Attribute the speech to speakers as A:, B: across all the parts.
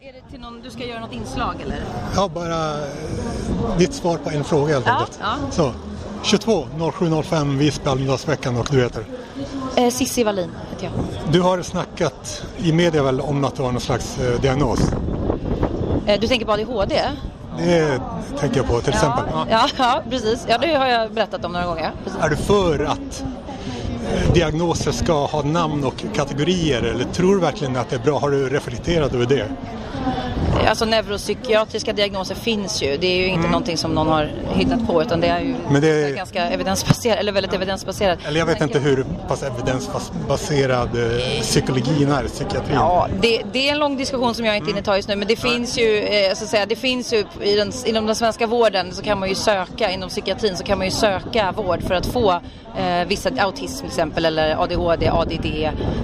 A: Är det till någon, du ska göra något inslag eller?
B: Ja, bara eh, ditt svar på en fråga helt
A: Ja,
B: enkelt.
A: ja.
B: Så, 22 0705 Visby Almedalsveckan och du heter?
C: Eh, Sissi Wallin heter jag.
B: Du har snackat i media väl om att du har någon slags eh, diagnos?
C: Eh, du tänker på ADHD?
B: Det tänker jag på till exempel.
C: Ja, ja, ja, precis. Ja, det har jag berättat om några gånger. Precis.
B: Är du för att eh, diagnoser ska ha namn och kategorier eller tror du verkligen att det är bra? Har du reflekterat över det?
C: Alltså neuropsykiatriska diagnoser finns ju. Det är ju inte någonting som någon har hittat på utan det är ju
B: Men det-
C: ganska evidensbaserat, eller väldigt evidensbaserat.
B: Eller jag vet
C: Men-
B: inte hur pass evidensbaserad eh, psykologin är, psykiatrin.
C: Ja, det, det är en lång diskussion som jag inte hinner ta just nu men det
B: Mm.
C: finns ju, eh, så att säga, det finns ju i den, inom den svenska vården så kan man ju söka, inom psykiatrin så kan man ju söka vård för att få eh, vissa autism till exempel eller ADHD, ADD.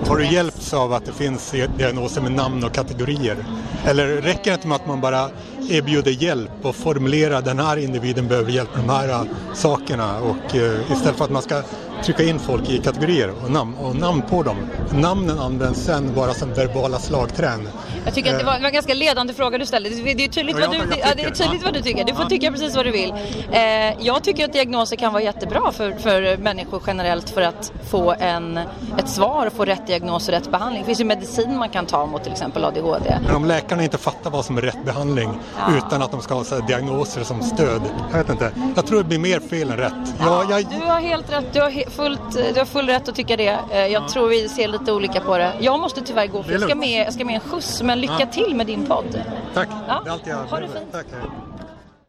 B: Har du hjälpts av att det finns diagnoser med namn och kategorier? Eller räcker det inte med att man bara erbjuder hjälp och formulerar den här individen behöver hjälp med de här eh, sakerna och eh, istället för att man ska trycka in folk i kategorier och namn, och namn på dem. Namnen används sen bara som verbala slagträn.
C: Jag tycker att det var, det var en ganska ledande fråga du ställde. Det det är tydligt,
B: Ja,
C: vad du,
B: jag
C: det,
B: tycker.
C: ja, det är tydligt
B: Ja.
C: vad du tycker. Du får
B: Ja.
C: tycka precis vad du vill. Eh, jag tycker att diagnoser kan vara jättebra för, för människor generellt för att få en, ett svar och få rätt diagnos och rätt behandling. Det finns ju medicin man kan ta mot till exempel ADHD.
B: Men om läkarna inte fattar vad som är rätt behandling utan att de ska ha så här diagnoser som stöd. Jag vet inte. Jag tror det blir mer fel än rätt. Jag, jag,
C: Du har helt rätt, du har, he- fullt, du har full rätt att tycka det. Eh, Jag tror vi ser lite olika på det. Jag måste tyvärr gå
B: Det
C: för
B: är
C: jag ska
B: lugnt.
C: med, jag ska med en skjuts men lycka
B: Ja.
C: till med din podd.
B: tack,
C: Ja.
B: det är allt jag
C: Ha det fint.
B: Tack.